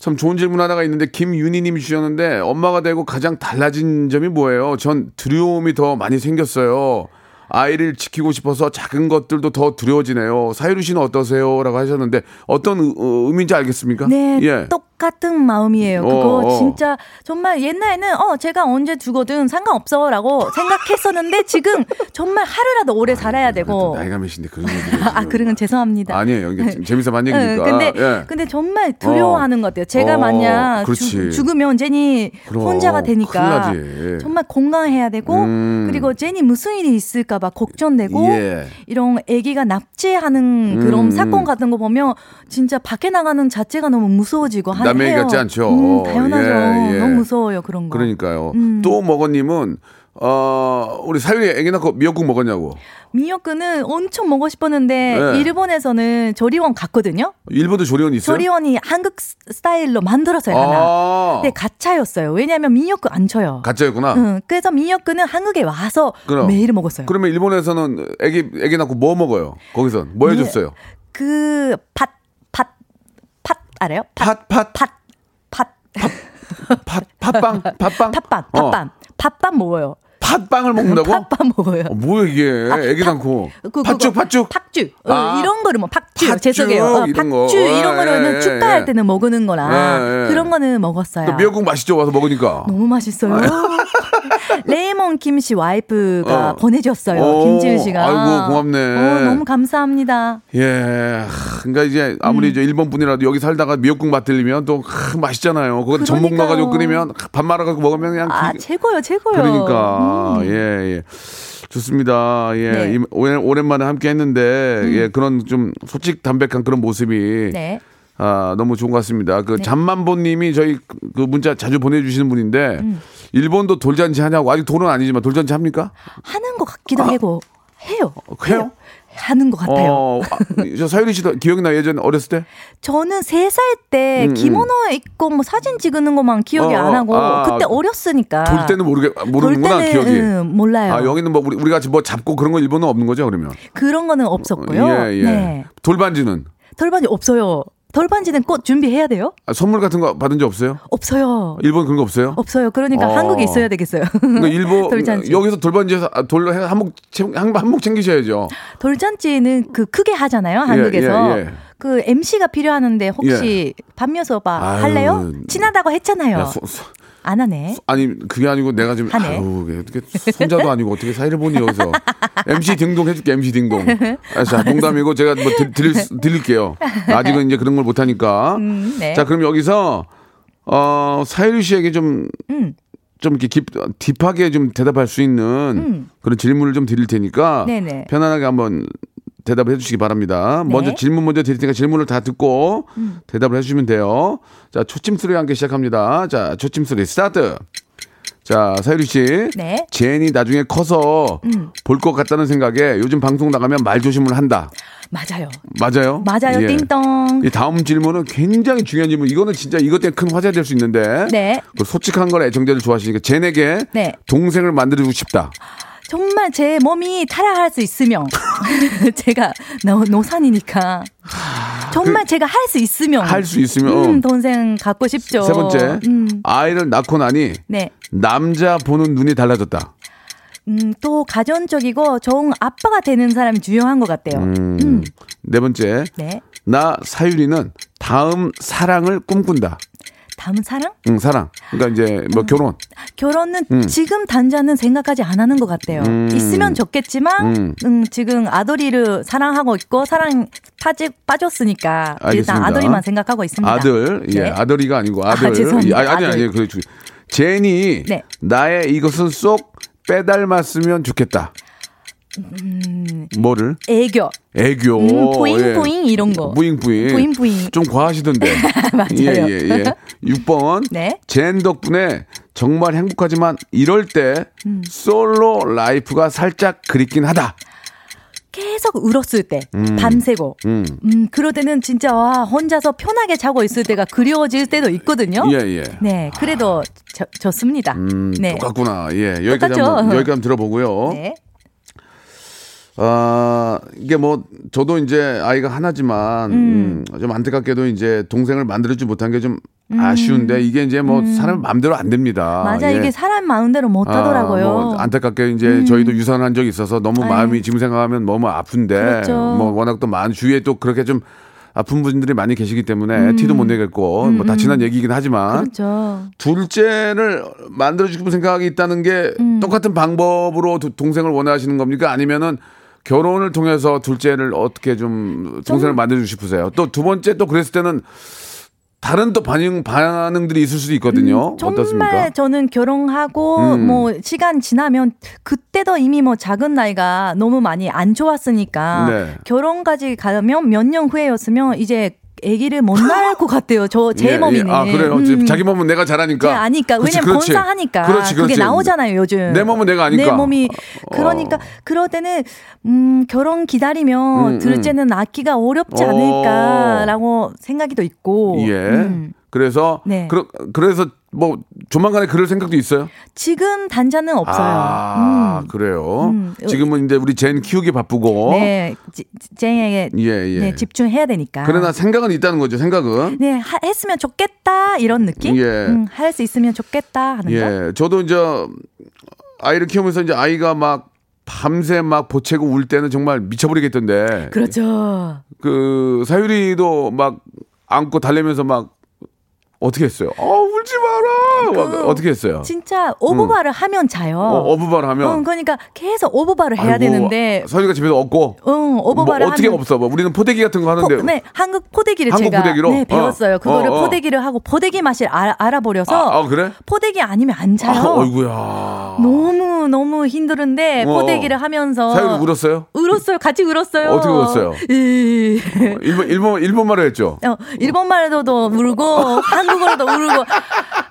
참 좋은 질문 하나가 있는데 김윤희님이 주셨는데 엄마가 되고 가장 달라진 점이 뭐예요? 전 두려움이 더 많이 생겼어요. 아이를 지키고 싶어서 작은 것들도 더 두려워지네요. 사유리 씨는 어떠세요? 라고 하셨는데 어떤 의- 어, 의미인지 알겠습니까? 네, 예. 똑같은 마음이에요. 그거 어, 어. 진짜 정말 옛날에는 어 제가 언제 죽어든 상관없어라고 생각했었는데 지금 정말 하루라도 오래 살아야 되고 나이가 몇인데 그런 얘기 아 그런 건 죄송합니다. 아니에요. 이게 재밌어 만 얘기니까. 응, 근데 예. 근데 정말 두려워하는 것 같아요. 제가 어, 만약 그렇지. 죽- 죽으면 제니 그럼, 혼자가 되니까 큰일 나지. 예. 정말 건강해야 되고 음. 그리고 제니 무슨 일이 있을까봐 걱정되고 예. 이런 아기가 납치하는 그런 음. 사건 같은 거 보면 진짜 밖에 나가는 자체가 너무 무서워지고 하- 남의 얘기 해요. 같지 않죠? 음, 어, 당연하죠. 예, 예. 너무 무서워요 그런 거. 그러니까요. 음. 또 먹어님은 어 우리 사유리 애기 낳고 미역국 먹었냐고. 미역근은 엄청 먹고 싶었는데 네. 일본에서는 조리원 갔거든요. 일본도 조리원 있어요? 조리원이 한국 스- 스타일로 만들었어요 하나. 아, 근데 가차였어요. 음. 왜냐하면 미역근 안 쳐요. 가짜였구나. 응, 그래서 미역근은 한국에 와서 그럼. 매일 먹었어요. 네. 그러면 일본에서는 애기 애기 낳고 뭐 먹어요? 거기선 뭐 미- 해줬어요? 그 밭, 밭, 밭 알아요? 팥, 팥, 밭, 밭, 팥, 팥빵, 팥빵, 팥빵, 어, 팥빵, 팥빵 먹어요. 팥빵을 먹는다고? 팥빵 먹어요. 어, 뭐야 이게? 아, 애기 팥- 낳고 그- 팥죽, 그거. 팥죽. 팥죽 어, 아. 이런 거를 뭐 팥죽, 팥죽 죄송해요 어, 이런 팥죽 거. 이런 예, 예, 거는 축가할 예. 때는 먹는 거라 예, 예. 그런 거는 먹었어요 그 미역국 맛있죠 와서 먹으니까. 음. 너무 맛있어요 레이몬 김씨 와이프가 아. 어. 보내줬어요 오, 김지은 씨가 아이고, 고맙네. 어, 너무 감사합니다 예, 하, 그러니까 이제 음. 아무리 이제 일본 분이라도 여기 살다가 미역국 맛 들리면 또 하, 맛있잖아요. 그거 전복 그러니까요. 넣어가지고 끓이면 하, 밥 말아가지고 먹으면 그냥 아 그- 최고요 최고요 그러니까 음. 예 예. 좋습니다. 예. 네. 음. 이- 오랜- 오랜만에 함께 했는데 예, 그런 좀 솔직 담백한 그런 모습이 네. 아, 너무 좋은 것 같습니다. 그 잠만보님이 저희 그 문자 자주 보내주시는 분인데 음. 일본도 돌잔치 하냐고 아직 돌은 아니지만 돌잔치 합니까? 하는 것 같기도 하고 해요. 아. 어, 그래요? 하는 것 같아요. 어, 아, 저 서유리 씨도 기억나 예전 어렸을 때? 저는 세 살 때 기모노 입고 뭐 사진 찍는 것만 음, 기억이 어, 어, 안 하고 아, 그때 어렸으니까 돌 때는 모르게 모르는구나 아. 돌 때는, 기억이. 음, 몰라요. 아 여기는 뭐 우리, 우리 같이 뭐 잡고 그런 거 일본은 없는 거죠 그러면? 그런 거는 없었고요. 예, 예. 네. 돌반지는 돌반지 없어요. 돌반지는 꼭 준비해야 돼요? 아, 선물 같은 거 받은 적 없어요? 없어요. 일본 그런 거 없어요? 없어요. 그러니까 예. 어. 한국에 있어야 되겠어요. 그러니까 일본 음. 돌잔치. 여기서 돌반지에서 아, 돌로 해- 한복 채- 한- 한복 챙기셔야죠. 돌잔치는 그 크게 하잖아요. 한국에서. 예, 예. 그 MC가 필요하는데 혹시 밤여서봐 아유. 음. 할래요? 친하다고 했잖아요. 야, 소- 소- 안 하네. 아니 그게 아니고 내가 지금 하네. 아유 이게 어떻게 손자도 아니고 어떻게 사이를 보니 여기서 MC 딩동 해줄게 MC 딩동. 아, 자 농담이고 제가 뭐 드, 드릴, 수- 드릴게요. 아직은 이제 그런 걸 못하니까. 음, 네. 자 그럼 여기서 어 사유리 씨에게 좀 음. 좀 이렇게 깊, 딥하게 좀 대답할 수 있는 그런 질문을 좀 드릴 테니까 음. 네네. 편안하게 한번 대답을 해주시기 바랍니다. 먼저 네. 질문 먼저 드릴 테니까 질문을 다 듣고 음. 대답을 해주시면 돼요. 자 초침 소리와 함께 시작합니다. 자 초침 소리 스타트. 자 사유리 씨, 네. 음. 제인이 나중에 커서 볼 것 같다는 생각에 요즘 방송 나가면 말 조심을 한다. 맞아요. 맞아요? 맞아요. 예. 띵동. 이 다음 질문은 굉장히 중요한 질문. 이거는 진짜 이것 때문에 큰 화제가 될 수 있는데. 네. 그 솔직한 걸 애정자들 좋아하시니까 젠에게 네. 동생을 만들어주고 싶다. 정말 제 몸이 타락할 수 있으면 제가 노, 노산이니까 정말 제가 할 수 있으면 그 할 수 있으면, 어. 음, 동생 갖고 싶죠. 세 번째. 음, 아이를 낳고 나니 네. 남자 보는 눈이 달라졌다. 음, 또 가전적이고 좋은 아빠가 되는 사람이 중요한 것 같아요. 음. 네 번째. 네. 나 사유리는 다음 사랑을 꿈꾼다. 다음 사랑? 응, 사랑. 그러니까 이제 음. 뭐 결혼. 결혼은 음. 지금 단자는 생각하지 안 하는 것 같아요. 있으면 좋겠지만, 음. 음. 지금 아돌이를 사랑하고 있고, 사랑 빠지, 빠졌으니까, 일단 알겠습니다. 아돌이만 생각하고 있습니다. 아들, 예, 네. 아들이가 아니고 아들. 아, 죄송합니다. 아니, 아니, 아들. 아니, 그렇죠. 제니, 네. 나의 이것은 쏙 빼닮았으면 좋겠다. 뭐를? 애교. 애교. 음, 뿌잉, 뿌잉 이런 거. 뿌잉 뿌잉. 뿌잉, 뿌잉. 좀 과하시던데. 맞아요. 예, 예, 예. 6번. 네. 젠 덕분에 정말 행복하지만 이럴 때 음. 솔로 라이프가 살짝 그립긴 하다. 계속 울었을 때, 밤새고. 음. 그럴 때는 진짜, 와, 혼자서 편하게 자고 있을 때가 그리워질 때도 있거든요. 예, 예. 네, 그래도 저, 좋습니다. 네. 똑같구나. 예. 여기까지 똑같죠? 한번 여기까지 한번 들어보고요. 네. 아, 이게 뭐, 저도 이제 아이가 하나지만, 음, 좀 안타깝게도 이제 동생을 만들지 못한 게 좀 아쉬운데, 이게 이제 뭐, 사람 마음대로 안 됩니다. 음. 맞아, 예. 이게 사람 마음대로 못 하더라고요. 음. 아, 뭐 안타깝게 이제 저희도 유산한 적이 있어서 너무 마음이 지금 생각하면 너무 아픈데 그렇죠. 뭐 워낙 또 많은 주위에 또 그렇게 좀 아픈 분들이 많이 계시기 때문에 티도 못 내겠고 뭐 다 지난 얘기긴 하지만 음. 그렇죠. 둘째를 만들어 주고 생각이 있다는 게 음. 똑같은 방법으로 두- 동생을 원하시는 겁니까 아니면은 결혼을 통해서 둘째를 어떻게 좀 동생을 만들어 주고 싶으세요? 또 두 번째 또 그랬을 때는 다른 또 반응 반응들이 있을 수도 있거든요. 음, 정말 어떻습니까? 저는 결혼하고 음. 뭐 시간 지나면 그때도 이미 뭐 작은 나이가 너무 많이 안 좋았으니까 네. 결혼까지 가면 몇 년 후에였으면 이제 아기를 못 낳을 것 같아요. 저 제 예, 몸이는. 예. 아 그래요. 음. 자기 몸은 내가 잘하니까. 제 그러니까 아니까 그렇지, 왜냐면 그렇지. 본사하니까 그렇지, 그렇지. 그게 나오잖아요 요즘 내 몸은 내가 아니까. 내 몸이 어. 그러니까 그럴 때는 음 결혼 기다리면 음, 둘째는 낳기가 어렵지 어. 않을까라고 생각이 도 있고 예. 음. 그래서 네. 그러, 그래서 뭐 조만간에 그럴 생각도 있어요. 지금 단자는 없어요. 아 음. 그래요. 음. 지금은 이제 우리 젠 키우기 바쁘고. 네, 지- 쟁에게 어? 예 예. 네, 집중해야 아. 되니까. 그러나 생각은 있다는 거죠. 생각은. 네, 하- 했으면 좋겠다 이런 느낌. 예. 음, 할 수 있으면 좋겠다 하는 거. 예. 저도 이제 아이를 키우면서 이제 아이가 막 밤새 막 보채고 울 때는 정말 미쳐버리겠던데. 그렇죠. 그 사유리도 막 안고 달래면서 막 어떻게 했어요? 어 울지 마라 어, 어떻게 했어요? 진짜 오버바를 하면 자요. 음. 어, 어부바를 하면 응, 그러니까 계속 오버바를 해야 아이고, 되는데, 서유가 집에서 얻고 응, 오버바를 뭐 어떻게 하면 없어? 뭐 우리는 포대기 같은 거 하는데 포, 네, 한국 포대기를 한국 제가 포대기로? 네, 배웠어요. 어, 그거를 어, 어. 포대기를 하고 포대기 맛을 알, 알아버려서 아, 아, 그래? 포대기 아니면 안 자요. 아, 어이구야. 너무 너무 힘들은데 어. 포대기를 하면서 사유는 울었어요? 울었어요. 같이 울었어요. 어떻게 울었어요? 이- 일본 일본 일본 말을 했죠. 어, 일본 말로도 울고 한국어로도 울고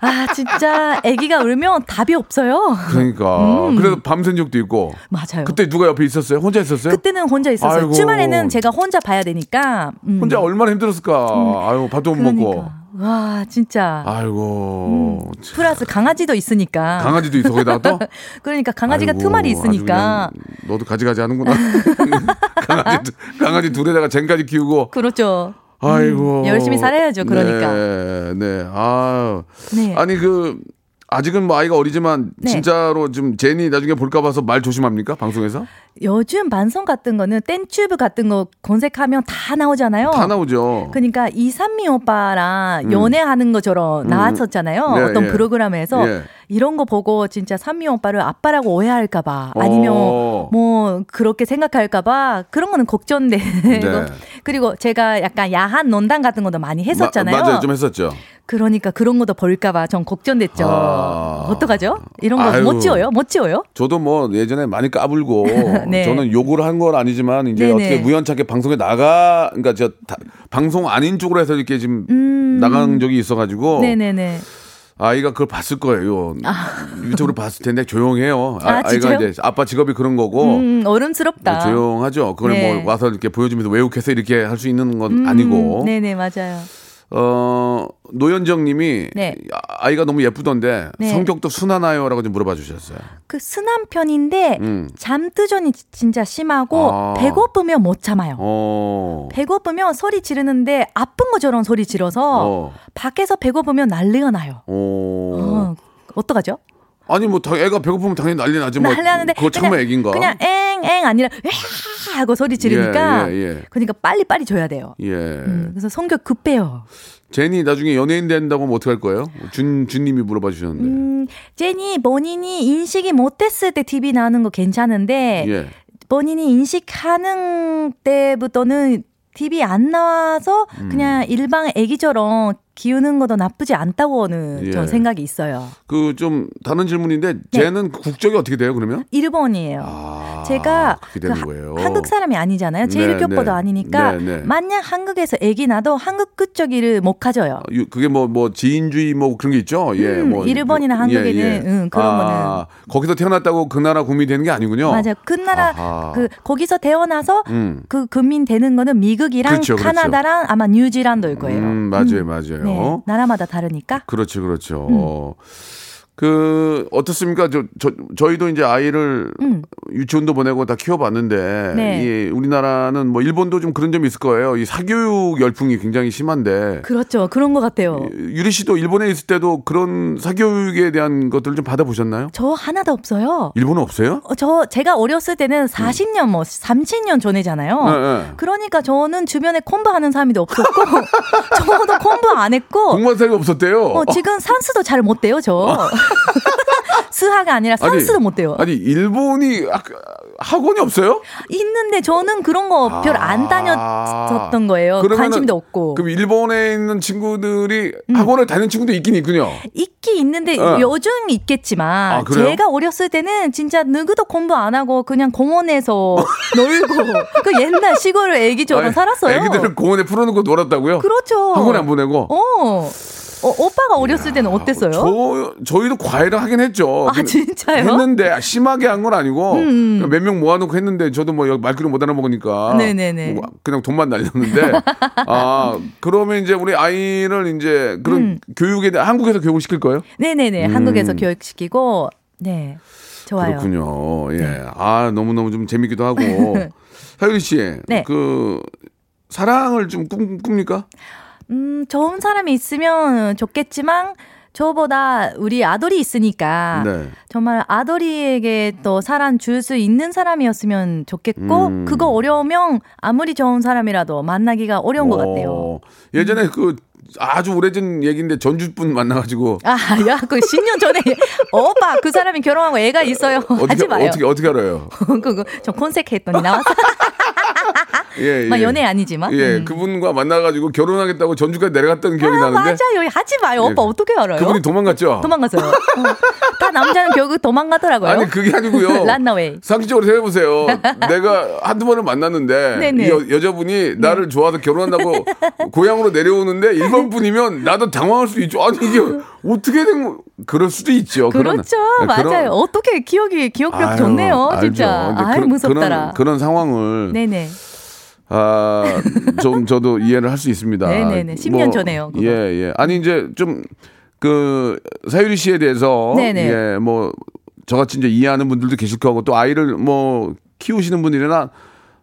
아 진짜 아기가 울면 답이 없어요. 그러니까 음. 그래서 밤샌 적도 있고 맞아요. 그때 누가 옆에 있었어요? 혼자 있었어요? 는 혼자 있었어요. 아이고. 주말에는 제가 혼자 봐야 되니까. 음, 혼자 얼마나 힘들었을까. 아유 밥도 못 먹고. 아, 그러니까 음. 와 진짜 아이고 참, 플러스 강아지도 있으니까. 강아지도 있어 거기다가 또. 그러니까 강아지가 아이고, 두 마리 아주 있으니까. 그냥 너도 가지가지 하는구나. 강아지, 두- 강아지 둘에다가 쟁까지 키우고. 그렇죠. 아이고. 음, 열심히 살아야죠, 그러니까. 네, 네. 아. 네. 아니, 그, 아직은 뭐 아이가 어리지만, 네. 진짜로 좀 제니 나중에 볼까 봐서 말 조심합니까? 방송에서? 요즘 만성 같은 거는 땡튜브 같은 거 검색하면 다 나오잖아요. 다 나오죠. 어. 음. 그러니까 이산미 오빠랑 연애하는 것처럼 나왔었잖아요. 네, 어떤 예. 프로그램에서 예. 이런 거 보고 진짜 산미 오빠를 아빠라고 오해할까봐 아니면 어. 뭐 그렇게 생각할까봐 그런 거는 걱정되고 그리고 제가 약간 야한 논담 같은 것도 많이 했었잖아요. 네. 마- 맞아요. 좀 했었죠. 그러니까 그런 것도 볼까봐 전 걱정됐죠. 아. 어떡하죠? 이런 거 아유. 못 지워요? 못 지워요? 저도 뭐 예전에 많이 까불고 네. 저는 욕을 한 건 아니지만 이제 네네. 어떻게 우연찮게 방송에 나가 그러니까 저 다- 방송 아닌 쪽으로 해서 이렇게 지금 나간 적이 있어가지고 음. 네네네. 아이가 그걸 봤을 거예요 유튜브로 봤을 텐데 조용해요 아, 아, 이가 진짜요? 이제 아빠 직업이 그런 거고 음, 어른스럽다. 네, 조용하죠 그걸 네. 뭐 와서 이렇게 보여주면서 외국해서 이렇게 할 수 있는 건 아니고 음, 네네, 맞아요. 어 노현정님이 네. 아- 아이가 너무 예쁘던데 네. 성격도 순하나요라고 좀 물어봐 주셨어요 그 순한 편인데 음. 잠뜨전이 지- 진짜 심하고 아. 배고프면 못 참아요. 어 배고프면 소리 지르는데 아픈 것처럼 소리 질러서 어. 밖에서 배고프면 난리가 나요. 어. 어. 어떡하죠? 아니 뭐 당- 애가 배고프면 당연히 난리 나지 뭐. 난리 나는데 그거 처음에 그냥- 애긴가? 그냥 엥엥 아니라 으아 하고 소리 지르니까 예, 예, 예. 그러니까 빨리 빨리 줘야 돼요. 예. 음, 그래서 성격 급해요. 제니 나중에 연예인 된다고 하면 어떡할 거예요? 준 준님이 물어봐 주셨는데. 음, 제니 본인이 인식이 못했을 때 TV 나오는 거 괜찮은데 예. 본인이 인식하는 때부터는 TV 안 나와서 음. 그냥 일반 애기처럼 기우는 것도 나쁘지 않다고는 예. 전 생각이 있어요. 그 좀 다른 네. 질문인데 쟤는 국적이 어떻게 돼요 그러면? 일본이에요. 아, 제가 그렇게 그 되는 하- 거예요. 한국 사람이 아니잖아요. 제 네, 일교포도 네. 아니니까 네, 네. 만약 한국에서 애기 나도 한국 끝쪽이를 못 가져요. 어, 유- 그게 뭐 뭐 지인주의 뭐 그런 게 있죠. 예, 음, 뭐 예. 일본이나 한국에는, 응, 그런 아, 거는 거기서 태어났다고 그 나라 국민이 되는 게 아니군요. 맞아요. 그 나라 어. 아하. 그 거기서 태어나서 음. 그 금민 되는 거는 미국이랑 그렇죠, 그렇죠. 카나다랑 아마 뉴질랜드일 거예요. 음, 맞아요, 맞아요. 네, 음. 나라마다 다르니까. 그렇죠, 그렇죠. 그 어떻습니까? 저, 저 저희도 이제 아이를 음. 유치원도 보내고 다 키워봤는데 네. 이 우리나라는 뭐 일본도 좀 그런 점이 있을 거예요. 이 사교육 열풍이 굉장히 심한데 그렇죠. 그런 것 같아요. 유리 씨도 일본에 있을 때도 그런 사교육에 대한 것들을 좀 받아보셨나요? 저 하나도 없어요. 일본은 없어요? 어, 저 제가 어렸을 때는 40년 뭐 30년 전이잖아요. 네, 네. 그러니까 저는 주변에 콤보 하는 사람이 없었고 저도 콤보 안 했고 공부한 사람이 없었대요. 어, 지금 산수도 잘 못 돼요, 저. 수학이 아니라 아. 아니, 산수도 못 돼요. 아니 일본이 학- 학원이 없어요? 있는데 저는 그런 거 별 안 다녔었던 거예요. 아. 그러면은 어, 관심도 없고. 음. 그럼 일본에 있는 친구들이 학원을 다니는 친구도 있긴 있군요. 있긴 있는데 어. 요즘 있겠지만 아, 그래요? 제가 어렸을 때는 진짜 누구도 공부 안 하고 그냥 공원에서 놀고 그 옛날 시골을 애기처럼 아니, 살았어요. 애기들을 공원에 풀어놓고 놀았다고요? 그렇죠. 학원에 안 보내고. 어. 어, 오빠가 어렸을 때는 어땠어요? 저 저희도 과외를 하긴 했죠. 아, 근데 진짜요? 음, 했는데 심하게 한 건 아니고 몇 명 모아놓고 했는데 저도 뭐 말귀를 못 알아먹으니까 네네네. 뭐 그냥 돈만 날렸는데 아 그러면 이제 우리 아이를 이제 그런 음. 교육에 대한 한국에서 교육을 시킬 거예요? 네네네. 한국에서 교육시키고, 네. 좋아요. 음. 네. 그렇군요. 예. 아 너무 너무 좀 재밌기도 하고 하율이 씨, 네. 그 사랑을 좀 꿈, 꿉니까? 음, 좋은 사람이 있으면 좋겠지만, 저보다 우리 아들이 있으니까 네. 정말 아들이에게 또 사랑 줄 수 있는 사람이었으면 좋겠고 음. 그거 어려우면 아무리 좋은 사람이라도 만나기가 어려운 것 같아요. 어, 예전에 그 아주 오래전 얘기인데 전주 분 만나가지고 아, 야, 그 10년 전에 오빠 그 사람이 결혼하고 애가 있어요. 어떻게 하지 마요. 어떻게 어떻게 알아요? 그거 저 콘색했더니 나왔어. 예, 막 연애 아니지만. 예, 음. 그분과 만나가지고 결혼하겠다고 전주까지 내려갔던 기억이 아, 나는데 맞아요. 하지 마요. 예. 오빠 어떻게 알아요? 그분이 도망갔죠. 도망갔어요. 어. 다 남자는 결국 도망가더라고요. 아니 그게 아니고요. 란나웨이. 상식적으로 생각해보세요. 내가 한두 번을 만났는데 네네. 이 여, 여자분이 나를 좋아서 결혼한다고 고향으로 내려오는데 일본 분이면 나도 당황할 수도 있죠. 아니 이게 어떻게 된 거? 그럴 수도 있죠. 그런- 음. 그렇죠. 네, 맞아요. 그런- 어떻게 기억이 기억력 아유, 좋네요. 알죠. 진짜. 근데 아유 그런- 무섭더라. 그런, 그런 상황을 네네. 아, 좀 저도 이해를 할 수 있습니다. 네네네. 10년 전에요, 그거. 예, 예. 아니 이제 좀 그 사유리 씨에 대해서 네네. 예, 뭐 저같이 이제 이해하는 분들도 계실 거고 또 아이를 뭐 키우시는 분들이나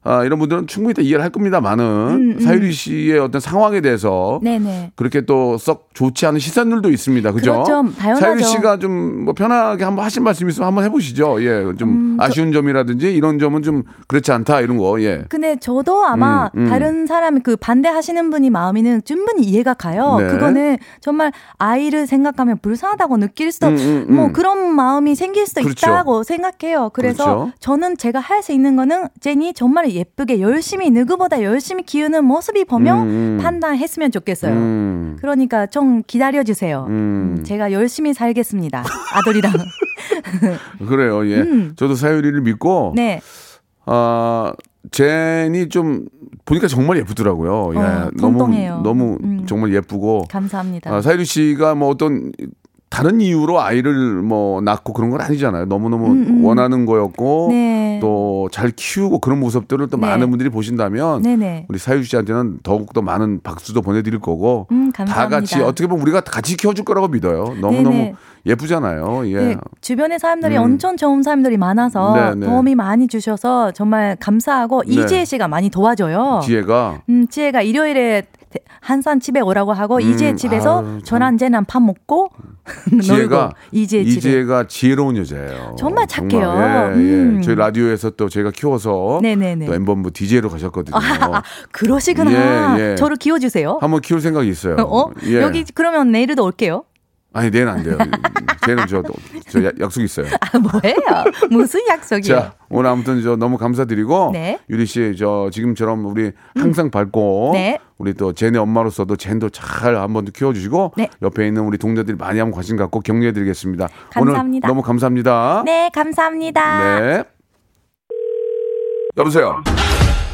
아, 이런 분들은 충분히 다 이해를 할 겁니다만은 사유리 씨의 어떤 상황에 대해서 음, 네네. 그렇게 또 썩 좋지 않은 시선들도 있습니다. 그죠? 그렇죠. 다양하죠. 사유리 씨가 좀 뭐 편하게 한번 하신 말씀 있으면 한번 해보시죠. 예, 음, 좀 아쉬운 점이라든지 이런 점은 좀 그렇지 않다 이런 거. 예. 근데 저도 아마 음, 음. 다른 사람이 그 반대하시는 분이 마음에는 충분히 이해가 가요. 네. 그거는 정말 아이를 생각하면 불쌍하다고 느낄 수도 음, 음, 음. 뭐 그런 마음이 생길 수도 그렇죠. 있다고 생각해요. 그래서 그렇죠. 저는 제가 할 수 있는 거는 제니 정말 예쁘게 열심히 누구보다 열심히 키우는 모습이 보며 음, 음. 판단했으면 좋겠어요. 음. 그러니까 좀 기다려 주세요. 음. 제가 열심히 살겠습니다. 아들이랑. 그래요. 예. 음. 저도 사유리를 믿고 네. 아 젠이 좀 보니까 정말 예쁘더라고요. 예. 어, 너무 통통해요. 너무 음. 정말 예쁘고 감사합니다. 아, 사유리 씨가 뭐 어떤 다른 이유로 아이를 뭐 낳고 그런 건 아니잖아요. 너무너무 음, 음. 원하는 거였고 네. 또 잘 키우고 그런 모습들을 또 네. 많은 분들이 보신다면 네네. 우리 사유리 씨한테는 더욱더 많은 박수도 보내드릴 거고 음, 다 감사합니다. 같이 어떻게 보면 우리가 같이 키워줄 거라고 믿어요. 너무너무 네네. 예쁘잖아요. 예. 네, 주변에 사람들이 음. 엄청 좋은 사람들이 많아서 네, 네. 도움이 많이 주셔서 정말 감사하고 네. 이지혜 씨가 많이 도와줘요. 지혜가 음, 지혜가 일요일에 대- 한산 집에 오라고 하고 이지혜 집에서 음, 아유, 참. 음. 전한제난 밥 먹고 지혜가 놀고 예, 이지혜 집에 이지혜가 지혜로운 여자예요. 정말 착해요. 정말, 예, 예. 음. 저희 라디오에서 또 저희가 키워서 네네네. 또 엠번부 DJ로 가셨거든요. 그러시구나. 어. 예, 예. 저를 키워주세요. 한번 키울 생각이 있어요. 어? 예. 여기 그러면 내일도 올게요. 아니 내일은 안 돼요. 내일은 저, 저 야- 약속 있어요. 아 뭐예요? 무슨 약속이에요? 자 오늘 아무튼 저 너무 감사드리고 네. 유리 씨 저 지금처럼 우리 항상 밝고 네. 우리 또 젠의 엄마로서도 젠도 잘 한번 더 키워주시고 네. 옆에 있는 우리 동료들이 많이 한번 관심 갖고 격려해드리겠습니다. 오늘 감사합니다. 너무 감사합니다. 네, 감사합니다. 네. 여보세요.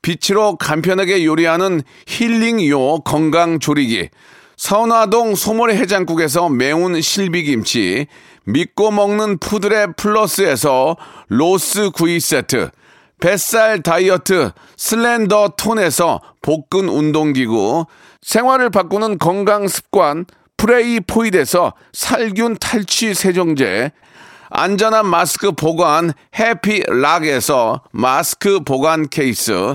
빛으로 간편하게 요리하는 힐링요 건강조리기, 선화동 소머리 해장국에서 매운 실비김치, 믿고 먹는 푸드의 플러스에서 로스 구이 세트, 뱃살 다이어트 슬렌더 톤에서 복근 운동기구, 생활을 바꾸는 건강 습관 프레이 포이드에서 살균 탈취 세정제, 안전한 마스크 보관 해피락에서 마스크 보관 케이스,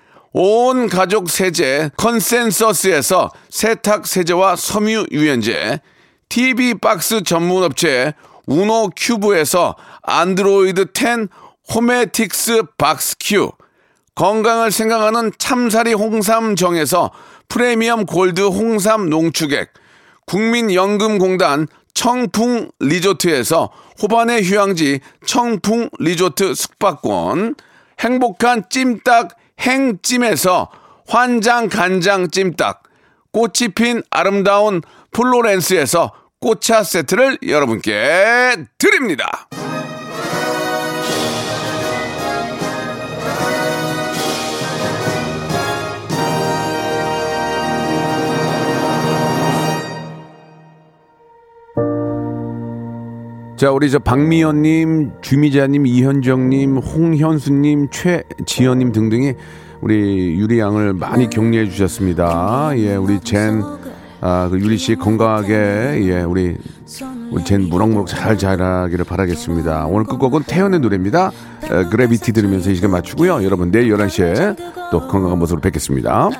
온 가족 세제 컨센서스에서 세탁 세제와 섬유 유연제, TV 박스 전문 업체 우노 큐브에서 안드로이드 10 호메틱스 박스 큐, 건강을 생각하는 참사리 홍삼정에서 프리미엄 골드 홍삼 농축액, 국민연금공단 청풍 리조트에서 호반의 휴양지 청풍 리조트 숙박권, 행복한 찜닭 행찜에서 환장 간장 찜닭, 꽃이 핀 아름다운 플로렌스에서 꽃차 세트를 여러분께 드립니다. 자, 우리 저 박미연님, 주미자님, 이현정님, 홍현수님, 최지연님 등등이 우리 유리 양을 많이 네. 격려해 주셨습니다. 예, 우리 젠, 아, 그 유리 씨 건강하게, 예, 우리, 우리 젠 무럭무럭 잘 자라기를 바라겠습니다. 오늘 끝곡은 태연의 노래입니다. 어, 에, 그래비티 들으면서 이 시간 마치고요. 여러분, 내일 11시에 또 건강한 모습으로 뵙겠습니다.